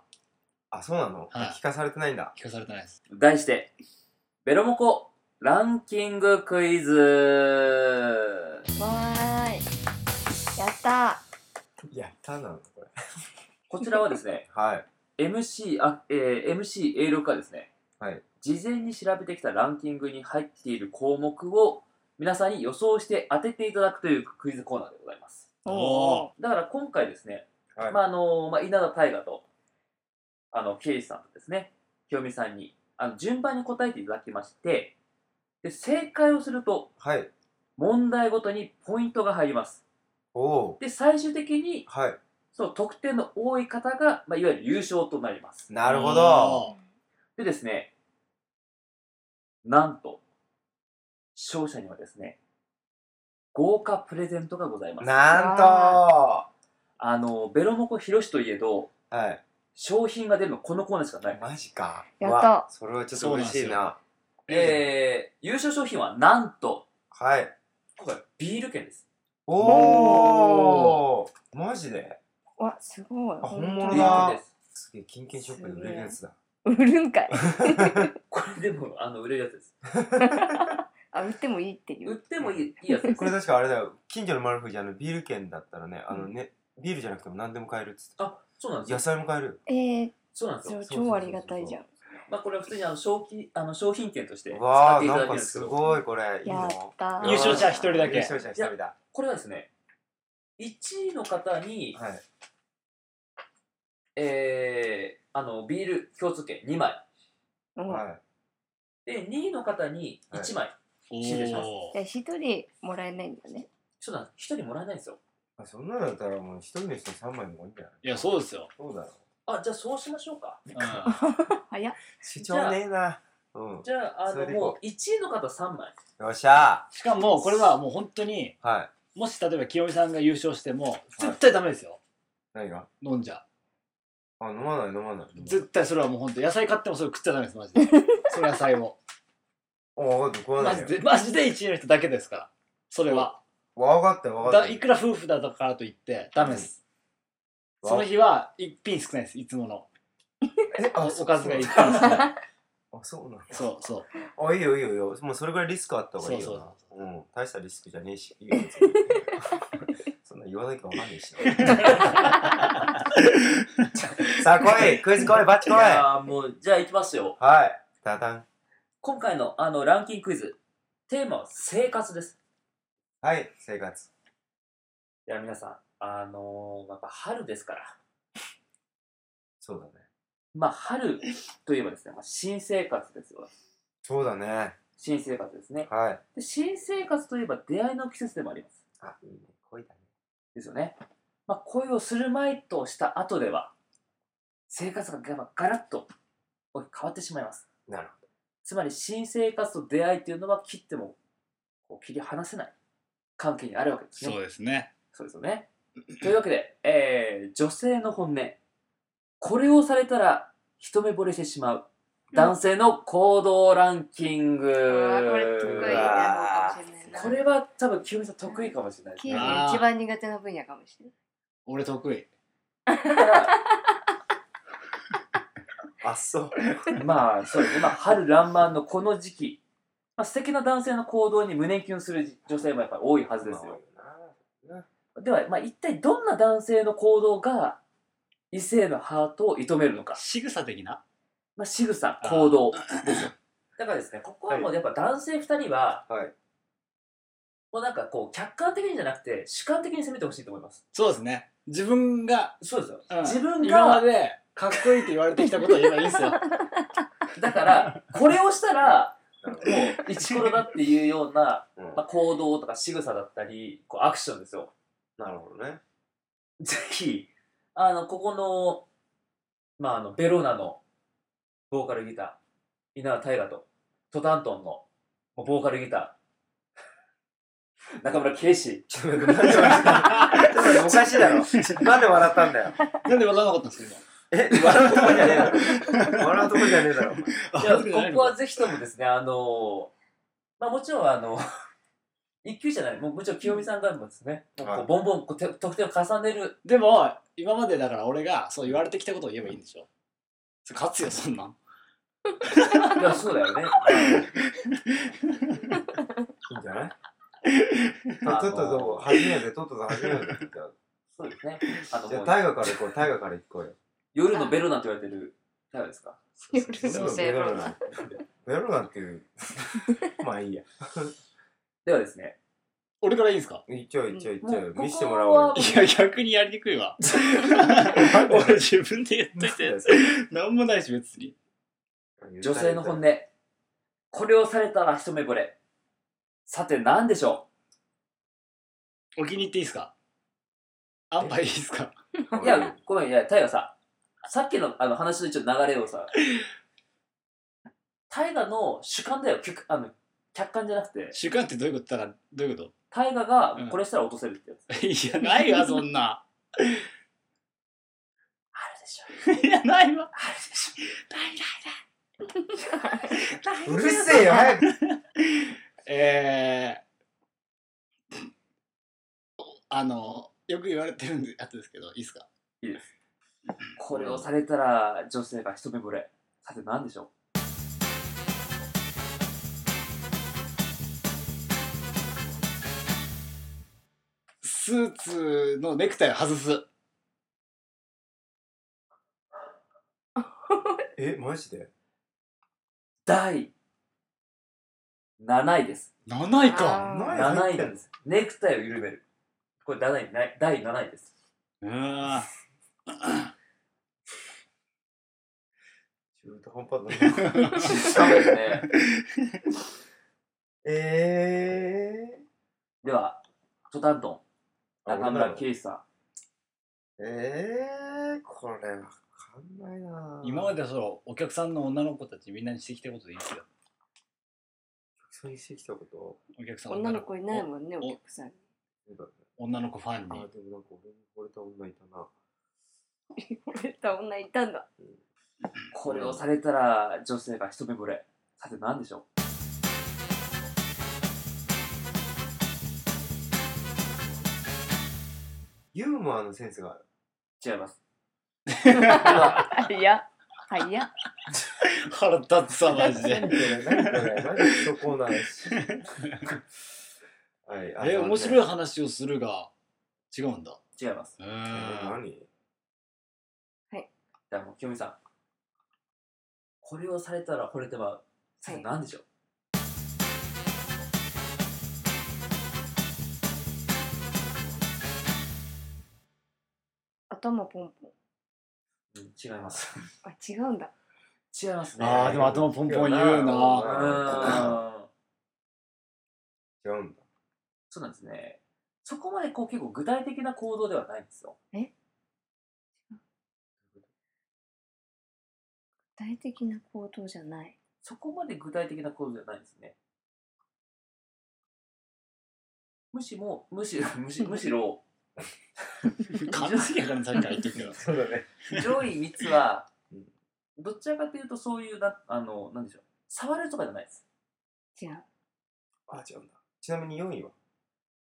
あ、そうなの、はい聞かされてないんだ。聞かされてないです題して「ベロモコランキングクイズ」わーい。やったやったなのこれ。こちらはですねはい。 MC, あ、えー、MC 英六がですね、はい事前に調べてきたランキングに入っている項目を皆さんに予想して当てていただくというクイズコーナーでございますおだから今回ですね、はい。まああのまあ、稲田大我とあの刑事さんとですね清美さんにあの順番に答えていただきましてで正解をするとはい。問題ごとにポイントが入りますおお。で最終的にはい。その得点の多い方が、まあ、いわゆる優勝となりますなるほど。おでですね、なんと、勝者にはですね、豪華プレゼントがございます。なんとはあの、ベロモコ広しといえど、商品が出るのこのコーナーしかない。い。マジか。やったわそれはちょっと嬉しいそうな。えー、優勝商品はなんと、はい。今回ビール券です。おお。マジでー。わ、すごい。あ本物ビうわーだル券です。すげえ、金券ショップで売れるやつだ。本当だ売るんかい。これでも、あの、売れるやつです。あ、売ってもいいってい売っう。てもいいいいやつですこ。れ確かあれだよ。近所のマルフじゃあのビール券だったらね、あのね、ビールじゃなくても何でも買えるっつってあ、そうなんです野よ。菜も買える。えー、そうなんですそよ。れ超ありがたいじゃん。まあ、これは普通にあの商品あの商品券として使ってわあ、いただけるなんんかですけすど。ごいこれ。いいやっのたー。優勝者一人だけ優勝者一人だ。これはですね、1位の方に、はい。えーあのビール共通券2枚、うんじゃはで2位の方に1枚、お失礼しますあ一人もらえないんだね。そうなんです1人もらえないんですよ。い。そんなのだったらもう一人の人3枚もいいんじゃないいやそうですよそうだろう。あじゃあそうしましょうか。うん早っ。主張ねえな。うん。じゃああそのれでいこうもう1位の方3枚。よっしゃしかもこれはもう本当にーはい。もし例えば清美さんが優勝しても絶対ダメですよ何が飲んじゃあ、飲まない飲まない。絶対それはもう本当野菜買ってもそれ食っちゃダメですマジでその野菜をお分かった、食わマないジでよ。マジで1位の人だけですからそれはわかったわかだっいくら夫婦だからといってダメです、うんその日は一品少ないですいつものた。え、おおかずがい一い。品少ないあ、そうなんだ。そうそうあ、いいよいいよいいよ。もうそれぐらいリスクあった方がいいよな。そううん。大したリスクじゃねえし。いいよ別に そんな言わな きゃわかんねえしな。 さあ来いクイズ来いバッチじ来いはゃあもうじゃあいきますよ。い。ダダン。今回のあのランキングクイズテーマは生活です。はい、生活。いや皆さんあのーやっぱ春ですから。そうだね。まあ春といえばですね、まあ、新生活ですよ。そうだね。新生活ですね。はい。で新生活といえば出会いの季節でもあります。あ、いいね。恋だね。ですよね。まあ、恋をする前とした後では、生活がガガラッと大きく変わってしまいます。なるつまり、新生活と出会いというのは切ってもこう切り離せない関係にあるわけですね。ですねそうですよね。というわけで、えー女性の本音。これをされたら一目惚れしてしまう。男性の行動ランキング。あーこれ得意うわなのかもしれないな。これは多分、清美さん得意かもしれないです経ね理。あー一番苦手な分野かもしれない。俺得意ほど。あ、そ う。まあそうですね、まあ、春爛漫のこの時期、まあ素敵な男性の行動に胸キュンする女性もやっぱり多いはずですよ。では、まあ、一体どんな男性の行動が異性のハートを射止めるのか、仕草的なまあ仕草行動ですよ。 だからですね、ここはもうやっぱ男性2人は、はいもうなんかこう客観的にじゃなくて主観的に攻めてほしいと思います。そうですね自分が、そうですよ。うん自分今まがでかっこいいって言われてきたことは言えばいいん ですよ。だ から、これをしたら、イチコロだっていうような、うんまあ、行動とか仕草だったり、こうアクションですよ。なるほどね。 ぜひ、あの、ここの、まあ、あの、ベロナの、ボーカルギター、稲田大河と、トタントンの、ボーカルギター、中村圭司、ちょっと待ってなんで笑ったちょっと待っておかしい だろ。なんで笑ったんだよ。なんで笑わなかったんですかえ、笑うとこじゃねえだろ。笑うとこじゃねえだろ。いや、ここはぜひともですね、あのまあもちろんあの、一級じゃない、もうもちろん清美さんからもですね、もうこうはいボンボンこうて得点を重ねる、でも今までだから俺がそう言われてきたことを言えばいいんでしょそれ勝つよそんなんいやそうだ よね。いいんじゃないあのとっととどう初めて、とっとと初めて。そうですね。あ のじゃあ、もう大河から行こう、大河から行こうよ。夜のベロなんて言われてる、いかがですか夜そうのベベロロナナ。ベロナっていう。まあいいや。ではですね、俺からいいんですか一応一応一もう応ここは見せてもらおうよ。いや逆にやりにくいわ俺自分で言っといて何もないし別に女性の本音い。これをされたら一目惚れ。さて何でしょお気に入っていいですか安牌いいですかういや、ごめん、いや、タイガさ、さっきのあの話の一応流れをさ、タイガの主観だよ、客あの客観じゃなくて。習慣ってどういうことだからどういうこ大河がうんこれしたら落とせるってやつ、といやないわそんあなるでしょいやないわあるでしょうるせえよ、早く。えーあのよく言われてるんでやつですけどいいですかこれをされたら女性が一目惚れさて何でしょスーツのネクタイを外すえ、マジでう第7位です7位かあー7位なんですネクタイを緩めるこれ7位ない第7位ですうーん中途半端だな。そうですねえー。ではトタントンあ中俺な村の圭司さんえー、これわかんないな 今までそうお客さんの女の子たちみんなにしてきたことでいいですよそうにしてきたことお客さん女の子いないもんね、お客さん。 そうだね女の子ファンあにーでもなんか俺に惚れた女いたな惚れた女いたんだ。これをされたら女性が一目惚れさて何でしょうユーモアのセンスがある 違いますいや、はいや。腹立つさマジで 何これ何これ何でそこなんし はいあえ面白いい話をするが違うんだ違いますうえーーん何じゃあもう清美さんこれをされたら惚れてまうさて何でしょう頭ポンポン。うん違いますあ、違うんだ。違いますねあーでも頭ポンポン言ううなーん違うんだそうなんですね。そこまでこう結構具体的な行動ではないんですよ。具体的な行動じゃない。そこまで具体的な行動ではないんですね。むしろ、むしろ、 むしむしろ、完璧やからさっきから言ってるけどそうだね上位3つはうん、どちらかというとそういうな、あの、なんでしょう。触るとかじゃないです。違う。あ違うんだちなみに4位は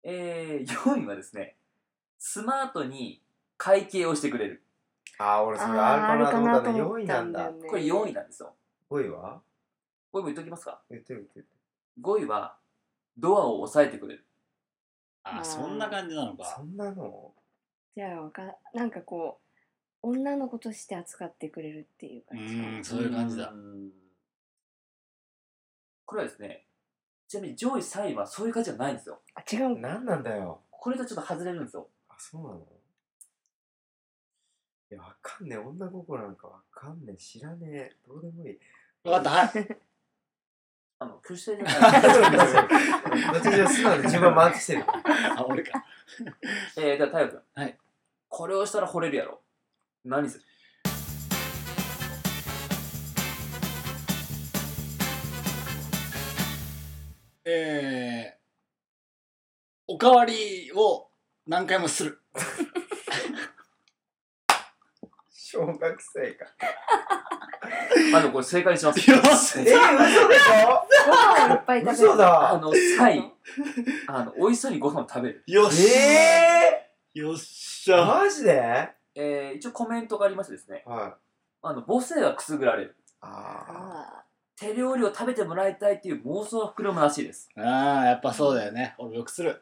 えー、4位はですね、スマートに会計をしてくれる。あー俺それあるかなと思ったんだ4位なんだこれ4位なんですよ。 5位はこれも言っときますか。言ってる言ってる5位は、ドアを押さえてくれる。あーそんな感じなのかそんなのじゃあわか、なんかこう、女の子として扱ってくれるっていうう感じかー。なんそういう感じだーん。これはですね、ちなみに上位3位はそういう感じじゃないんですよ。あ、違うんか。何なんだよこれとちょっと外れるんですよ。あそうなのいや、わかんねえ。女心なんかわかんねえ。知らねえ。どうで もいい。分かったはいあの、挙手制で。 どっちに素直で順番回ってきて る。あ俺かえー、じゃあ、太陽君。はい。これをしたら惚れるやろ。何するえー、おかわりを何回もする小学生か。まずこれ正解にします。よしえー、 嘘でしょご飯をいっぱい食べる。嘘あだ。の、サイ、あの、美味しそうにご飯を食べる。 よし、えよっしー、ゃマジではい。えー、一応コメントがありましてですね、ああの、母性はくすぐられる。ああ手料理を食べてもらいたいっていう妄想は膨らむらしいです。ああやっぱそうだよね俺よくする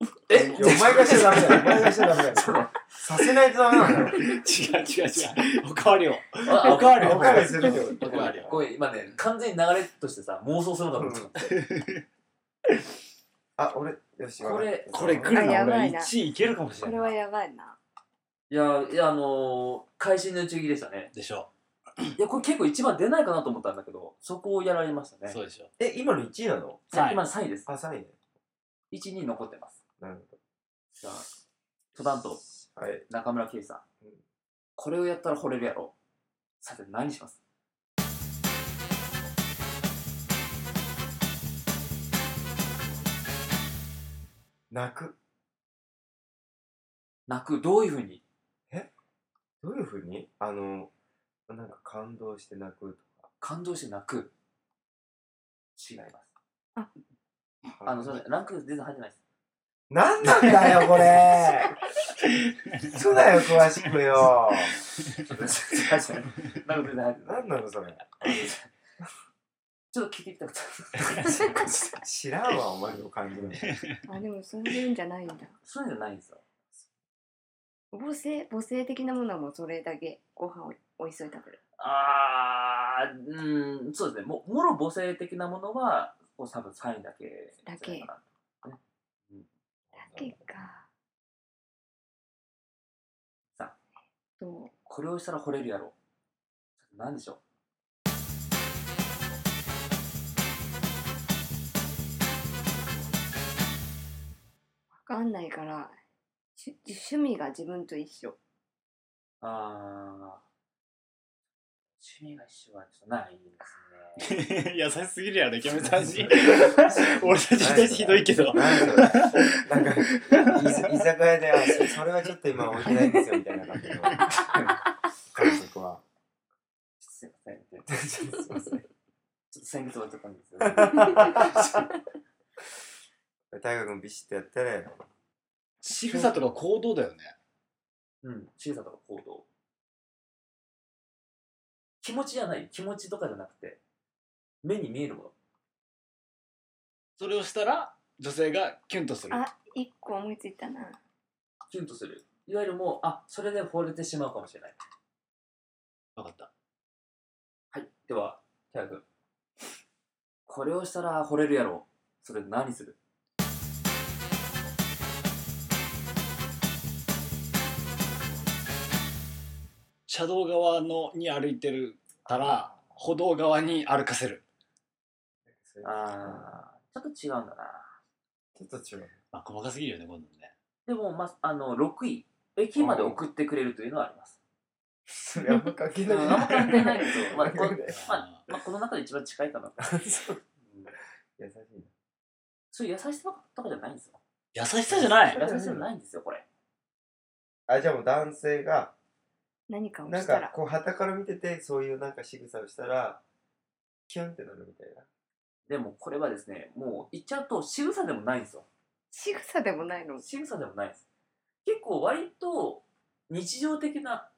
ー。えお前がしちゃダメだよ。お前がしちゃダメだよ。させないとダメなんだよ。違う違う違 うおかわりをあおかわりをおかわりするっておかわりをこれ今ね、完全に流れとしてさ、妄想するんだろうと思って。あ、俺、よし。これこれ来るあなやば俺いな1位いけるかもしーこれれなはいやばいな。いや、いや、あのー、会心の打ち切りでしたね。でしょいや、これ結構一番出ないかなと思ったんだけど、そこをやられましたね。そうでしょ え、今の1位なのさはい今3位です。あ、3位ね。 1、2残ってます。なるほじゃあ、登山とど。はい。中村圭さんうん。これをやったら惚れるやろ。さて、何します泣く。泣く、どういうふうにどういうふうにあの、なんか感動して泣く感動して泣く。違います。とか。あの、すみません、ランク全然入ってないです。 なんなんだよ、こ れ。嘘だよ、詳しくよ。ちょっと全然入ってない。なんなの、それ。ちょっと聞いてみたかった。 知らんわ、お前の感じの。 あ、でもそういうんじゃないんだ。そういうのないんですよ。母性、母性的なものはもうそれだけ。ご飯をおいしそうに食べる。あー、うーん、そうですね。ももろ母性的なものは、こう多分サインだけじゃないかな。だけか。さと、これをしたら惚れるやろ。何でしょうわかんないから、し趣味が自分と一緒。あー、趣味が一緒はちょっとないです ね。優しすぎるやろイケメンさ んに俺たち二人ひどいけどなんそれなんか居酒、居酒屋で、あそそれはちょっと今置いてないんですよ、みたいな感じの。感触は。すいません。ちょっちょっとすいません。と先月終わっちゃったんですよ。 大学もビシッとやってね。仕草とか行動だよねうん、小さとか行動。気持ちじゃない気持ちとかじゃなくて、目に見えるもの。それをしたら女性がキュンとするあ、一個思いついたな。キュンとする。いわゆるもう、あ、それで惚れてしまうかもしれない。分かったはい。では、キャラ君。これをしたら惚れるやろ。それ何する車道側のに歩いてるから歩道側に歩かせる、それあー、ちょっと違うんだな。ちょっと違う。まあ、細かすぎるよね今度ねでも、まあ、あの、6位。駅まで送ってくれるというのはあります。それあんま関係ない。うんあんま関係ないけどまあこ優まあ、まあ、この中で一番近いかなと。うんしい。そういう優しさとかじゃないんですよ。優しさじゃない優しさじゃないんですよ、これ。あ、じゃあもう男性が、何かをなんした。からこう旗から見ててそういうなんか仕草をしたらキュンってなるみたいなでもこれはですね、もう言っちゃうと仕草でもないんですよ。仕草でもない の。仕草でもないです。結構割と日常的な、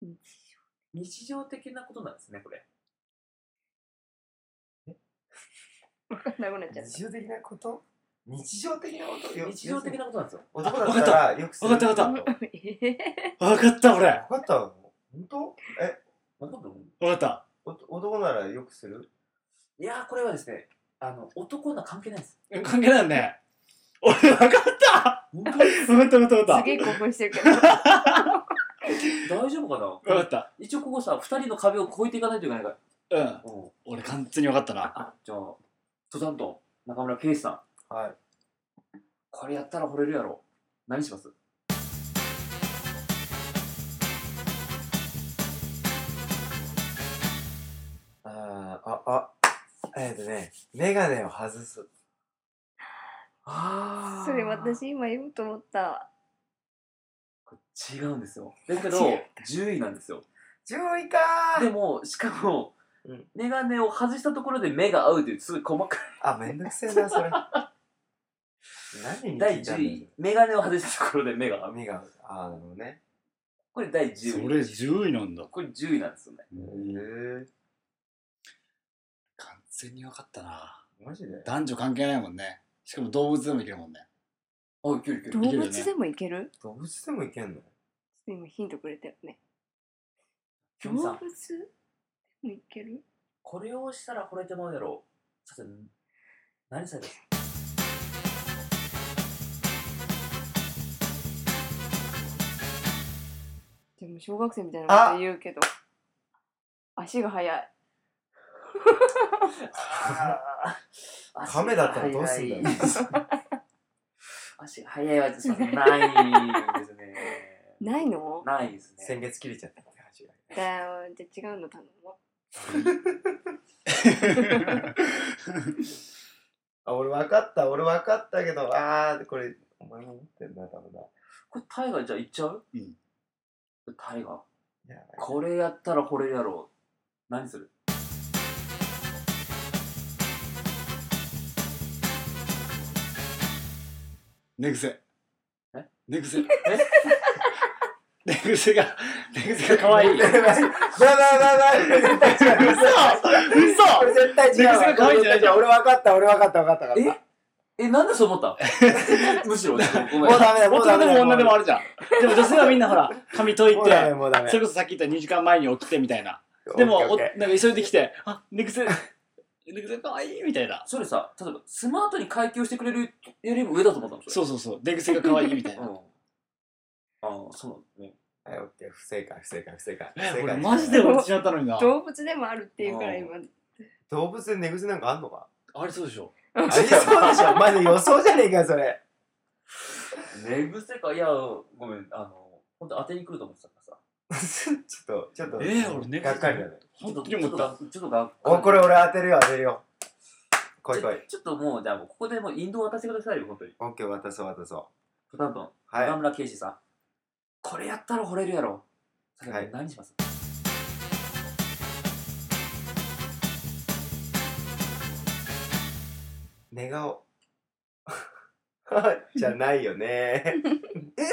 日日常的なことなんですね、これ。わかんなくなっちゃった。日常的なこと日常的なことよ日常的なことなんですよ。男だったらよくするわかったわ分か かっえ分かった俺た分かったの本当えわかる分かお男ならよくするいやー、これはですね、あの、男には関係ないです。った関係ないよね俺分かった本当分かった分かった分かすっげえ興奮してるけど。 大丈夫か分かなった一応ここさ、二人の壁を越えていかないといけないから。うんうん。俺完全に分かったなあ、じゃあ、登山と中村圭司さん。はい。これやったら惚れるやろ。何しますあー、あ、あ、えっとね、メガネを外す。あそれ私今言おうと思った。違うんですよ。だけど違う、 10位なんですよ。 10位かでも、しかもうん、メガネを外したところで目が合うという、すごい細かい。あ、めんどくせえな、それ。何に第聞いた10んだよ位。メガネを外したところで目が合う。網が、あー、なるほどね。これ第そ10位。れ10位なんだこれ10位なんですよね。へ完全に分かったなえ。マジで男女関係ないもんねしかも動物でもいけるもんね あ、いけるいけ動る。けるよね物でもいける動物でもいけんのちょっと今ヒントくれたよね。ヒ動ロミさ物でんもいけるこれをしたら惚れてまうやろ。さて、何されたでも小学生みたいなこと言うけど。足が速い。亀だったらどうすんだよ足が速い足が速いはちょっと ないですね。ないのないです 先ね。月切れちゃったって話が。だよじゃあ違うの頼むわ。あ、俺分かった、俺分かったけど、あー、これ、お前も持ってんな、多分な。これタイガーじゃあ行っちゃううん。タイガー。やばいこれやったら惚れるやろ。何 する寝癖え寝癖寝癖が寝癖が可 愛いやばいやばいやばいやばい嘘これ絶対違うわ。ネクスが可愛いんじゃないじゃん俺分かった、俺分かった、分かった、分かっえ、なんでそう思った むしろ、ごた。めんもう。ダメだ、もうダ男でメだ。も女でもあもるじゃんでも女性はみんなほら髪解いうダメ、てもうダメ。それこそさっき言った2時間前に起きてみたいなでもオおッケーオッなんケか急いできてあ寝癖寝癖可愛いみたいなそれさ、例えばスマートに階級してくれるよりも上だと思ったのそれそうそうそう寝癖が可愛いみたいうんな。ああ、そうね。ーはい、オッケー、不正解、不正解、不正解。不え正俺解マジで終わってしまったのにな動物でもあるっていうから今。動物で寝癖なんかあんのかあれそうでしょありそうでしょマジ予想じゃねえかよ、それ。寝癖か、いや、ごめん、あの、本当当てに来ると思ってたからさ。ちょっと、ちょっと、えー俺寝癖がっかりだね。本当に思ったちょっとちょっとが、お、これ俺当てるよ、当てるよ。来い来い。ちょちょっともう、じゃあもうここでもう引導渡してくださいよ、本当に。オッケー、渡そう、渡そトタントン、う。はい中。村圭司さん。これやったら惚れるやろ。さはい何します寝顔。 じゃないよ ね。え、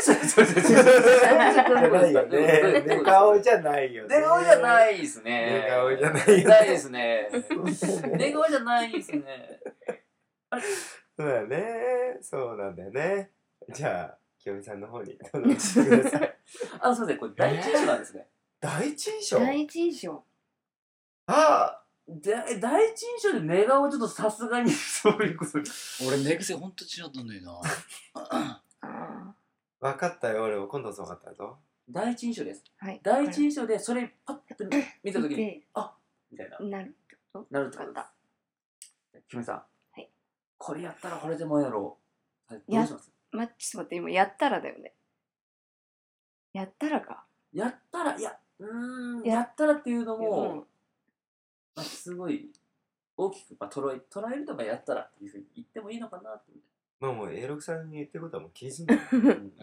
それそれそれそれ。じゃないよね。寝顔じゃないよね。寝顔じゃい。ないですね。寝顔じゃないよねないですね。寝顔じゃないですね。そうだよね。そうなんだよね。じゃあ、清美さんの 方に頼んでください。あの、すみません、これ第一印象なんですね。第一印象第一印象。あで第一印象で寝顔ちょっとさすがにそういうこと。俺寝癖ほんと違ったんだよなあ分かったよ、俺も今度こそ分かったぞ。第一印象です。あ。はい。第一印象でそれパッと見たときに、でみたいな。なるってことなるってわこかとでったす。。キムさん。いこれやったら惚れてもらうやろう。はい、いやどうしますま、ちょっと待って、今、やったらだよね。やったらか。やったら、いや、うーん、いややったらっていうのうもん、まあ、すごい大きく、まあ、捉え捉えるとかやったらっていうふうに言ってもいいのかなって。 まあもう A6 さんに言ってることはもう気にすんなよ。うんうん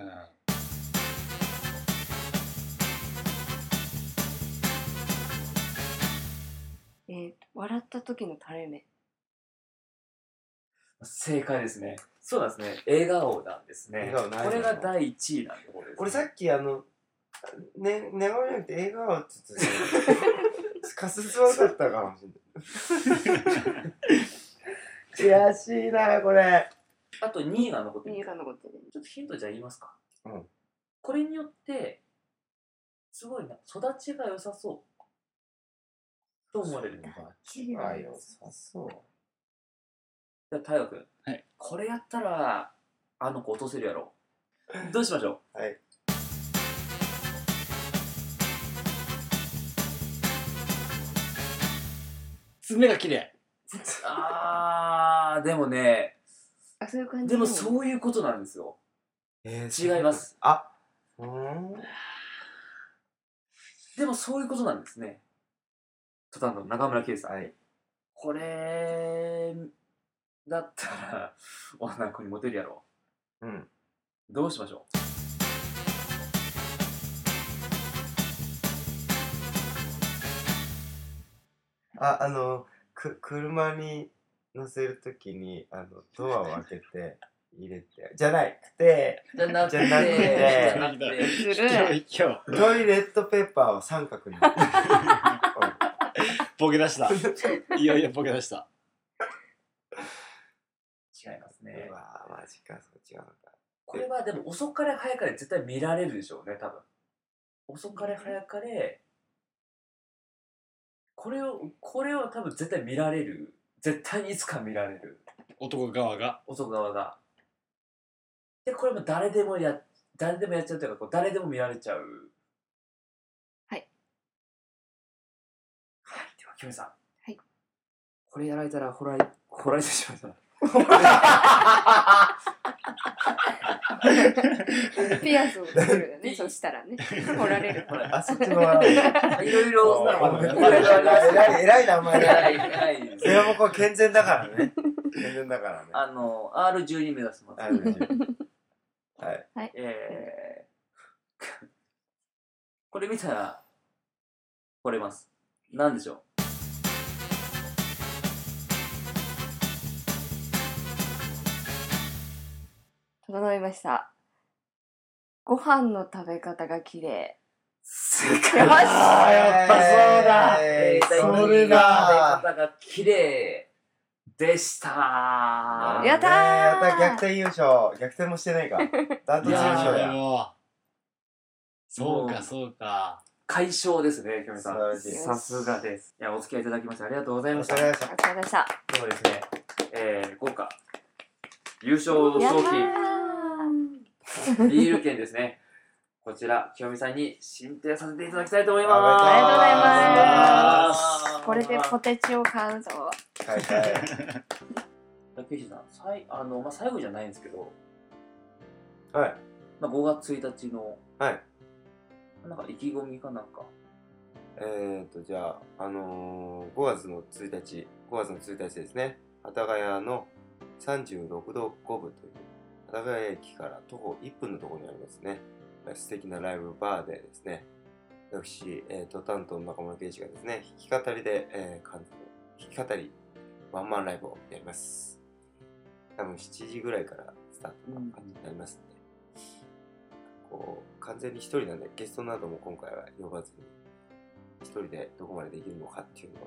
えーと、笑った時の垂れ目。正解ですね。そうなんですね。笑顔なんですね。笑顔ないこれが第一位なんで、これ。俺さっきあの、ね、寝顔じゃなくて笑顔って 言ってた。かすすわかったかもしれない。悔しいな、これ。あと2位が残ってる映画のことで。ちょっとヒントじゃあ言いますか。うんこれによって、すごいな、育ちが良さそう。と思われる。じ気が良さそう。ゃあ、大河君。はいこれやったら、あの子落とせるやろ。どうしましょうはい。爪が綺麗あー、でもね、あそういう感じでもうそういうことなんですよ。えー違い ます。あうーんでもそういうことなんですね。トタンの中村圭さん。はいこれ、だったら、女の子にモテるやろ。うんどうしましょうああのく車に乗せるときにあのドアを開けて入れてじゃなくてじゃなくじゃなくてじゃなくてずるい今日今日トイレットペーパーを三 角に ボケ出したいよいよボケ出した違いますねう。わーマジかそっちがなんかこれはでも遅かれ早かれ絶対見られるでしょうね、多分。遅かれ早かれ、これを、これは多分絶対見られる。絶対にいつか見られる。男側が男側が。で、これも誰でもや、誰でもやっちゃうというか、こう誰でも見られちゃう。はい。はい、では、キムさん。はい。これやられたら、ほらい、ほられてしまうな。ピアスを作るよねそしたらね掘られるほらあそっちも笑うよ いろいろ、あなんか偉いろいろありますい偉いなお前ら偉い偉いですそれもこう健全だからね健全だからねあの、R12 目指してます。あ大丈夫はいえー、 これ見たら、惚れます。なんでしょう整いましたご飯の食べ方が綺麗正解あーやっぱそうだ、えーそれだ食べ方が綺麗でしたーやったーやった逆転優勝逆転もしてないかダントツ優勝ーやもうそうもかうそうか解消ですね、キョメさ素ん。晴らしいさすがです。いや、お付き合いいただきましてありがとうございおました。疲れ様でしたお疲れでしたそうですね、えー、豪華優勝賞やった金ービール券ですね。こちら、清美さんに進呈させていただきたいと思います。ありがとうごこざれいでます。ポテチを買うぞはいはい竹内さん、さいあのまあ、最後じゃないんですけど、はいまあ、5月1日の、はいなんか意気込みかなんか。えー、とじゃあ、あのー、5月の1日5月の1日ですね幡ヶ谷の36度5分という幡ヶ谷駅から徒歩1分のところにありますね素敵なライブバーでですね私、えー、と担当の中村圭司がですね弾き語りで、えー、完全弾き語りワンマンライブをやります多分7時ぐらいからスタートな感じになりますんで、こう完全に一人なんでゲストなども今回は呼ばずに一人でどこまでできるのかっていうのを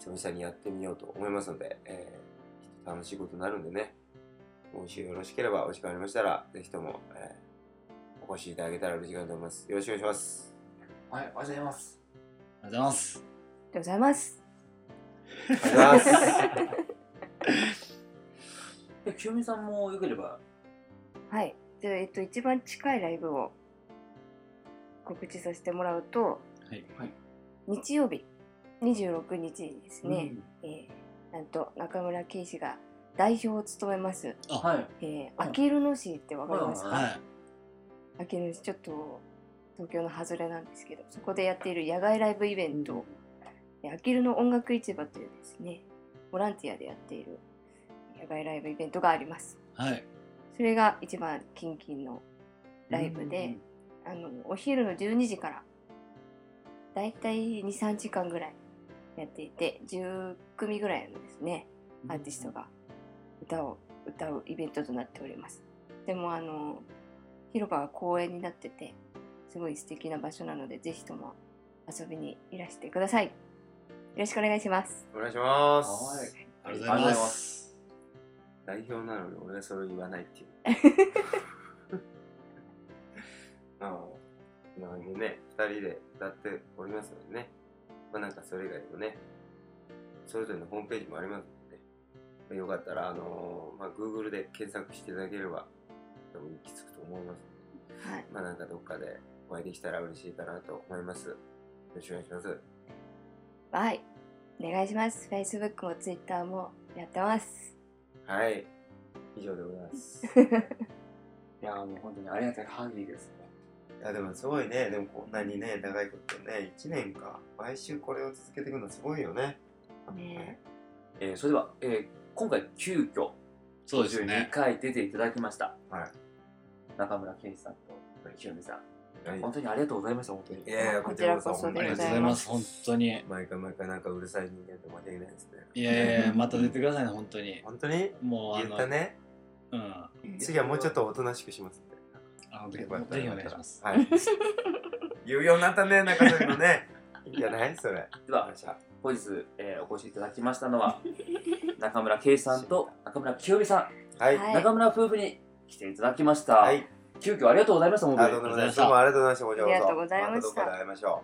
ちょっと久々にやってみようと思いますので、えーきっと楽しいことになるんでねもしよろしければお時間ありましたらぜひとも、えーお越しいただけたら嬉しいかなと思いますよろしくお願いしますはい、おはようございます。ありがとうございますありがとうございありがますとうございますで清美さんもよければ、はい。じゃあ、えっと、一番近いライブを告知させてもらうと、はいはい日曜日、26日にですね、うんえーなんと中村圭司が代表を務めます、はい、えー、うんあきる野市ってわかりますはいかはいあきる野市、ちょっと東京の外れなんですけど、そこでやっている野外ライブイベントをでアキルの音楽市場というですね、ボランティアでやっている野外ライブイベントがあります。はいそれが一番キンキンのライブで、あのお昼の12時からだいたい23時間ぐらいやっていて10組ぐらいのですねアーティストが歌を歌うイベントとなっておりますでもあの広場が公園になっててすごい素敵な場所なのでぜひとも遊びにいらしてくださいよろしくお願いしますお願いしますはいありがとうございます代表なのに俺はそれを言わないっていう ああこんな感じでね2人で歌っておりますのでねまあなんかそれ以外にもねそれぞれのホームページもありますので、ね、よかったらあのーまあ Google で検索していただければ多分行き着くと思いますはいまあなんかどっかでお会いできたら嬉しいかなと思いますよろしくお願いしますバイお願いします。Facebook も Twitter もやってます。はい。以上でございます。いやーもう本当にありがたい限りですね。いやでもすごいね、でもこんなにね、長いことね、1年か、毎週これを続けていくのはすごいよね。ねえーそれでは、えー今回急遽そうです52ね。回出ていただきました、はい中村健二さんと清美さん、はい本当にありがとうございました本当にいやいや、こちらこそほんあにりがとうごあざいます。本当に。毎回毎回なんかうるさい人間で申し訳ないですね。いやいやいやまた出てくださいね、本当に。本当にもう、あ言っの、たね。うん。次はもうちょっとおとなしくしますんで。あの、ぜよひかったらお願いします。はい。言うようになったね、中谷のね。いいんじゃないそれ。では本日、えーお越しいただきましたの は中村圭さんと中村清美さはい。ん、はい中村夫婦に来ていただきました、はい。急遽ありがとうございました本当ありがとうにございました。どうもありがとうございました。こちらこそまたありがとうございましたどこかで会いましょ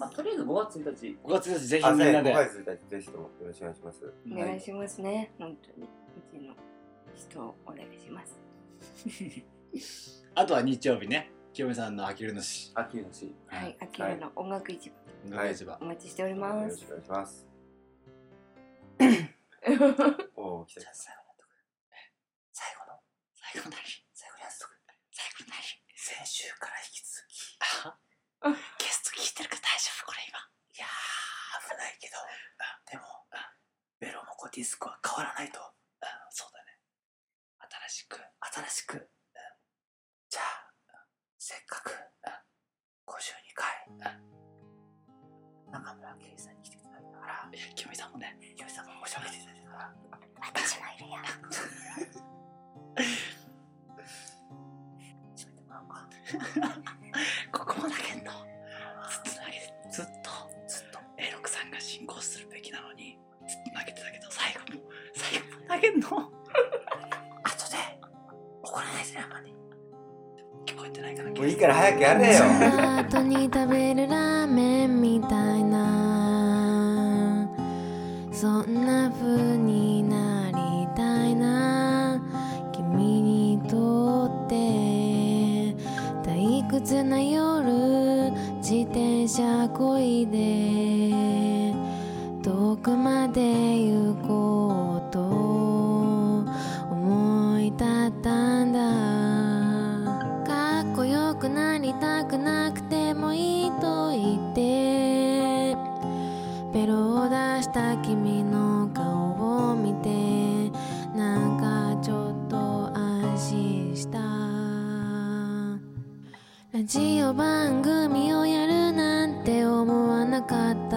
まあ、とりあえず5月1日5月です、ぜう。ひみんな5で。月1日、ぜひともよろしくお願いします。お願いしますね。本当に。うちの人をお願いします。 あとは日曜日ね、清美さんのあきるのし。秋のしはい。アキラの音楽市場のが一番お。待ちしておりよまろすしく。お願いします。おお、来た。最後の最後の最後なり最後にやつとく最後なり先週から引き続きゲスト聞いてるか大丈夫これ今いやー危ないけどでもベロモコディスコは変わらないとそうだね新しく新しくじゃあせっかく52回中村圭さんに来ていただいたから清美さんもね清美さんもおしゃべりしていただいたから私もい るよ。ちょっとなんか ここもだけど、つつなげてずっと、ずっと、エロクさんが進行するべきなのに、ずっと投げてたけど、最後も、最後も投げんの。後で、怒らないでね、あんまり。聞こえてないから、もういいから早くやれよ。後に食べるラーメンみたいなそんな風になりたいな君にとって退屈な夜自転車こいで遠くまで行こうと思い立ったんだかっこよくなりたくなくてもいいと言ってベロを出した君の顔を見てなんかちょっと安心したラジオ番組をやるなんて思わなかっ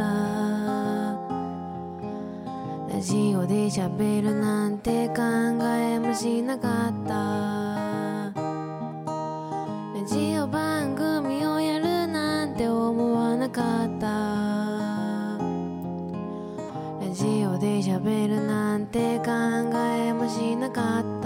たラジオで喋るなんて考えもしなかったラジオ番組をやるなんて思わなかったラジオで喋るなんて考えもしなかった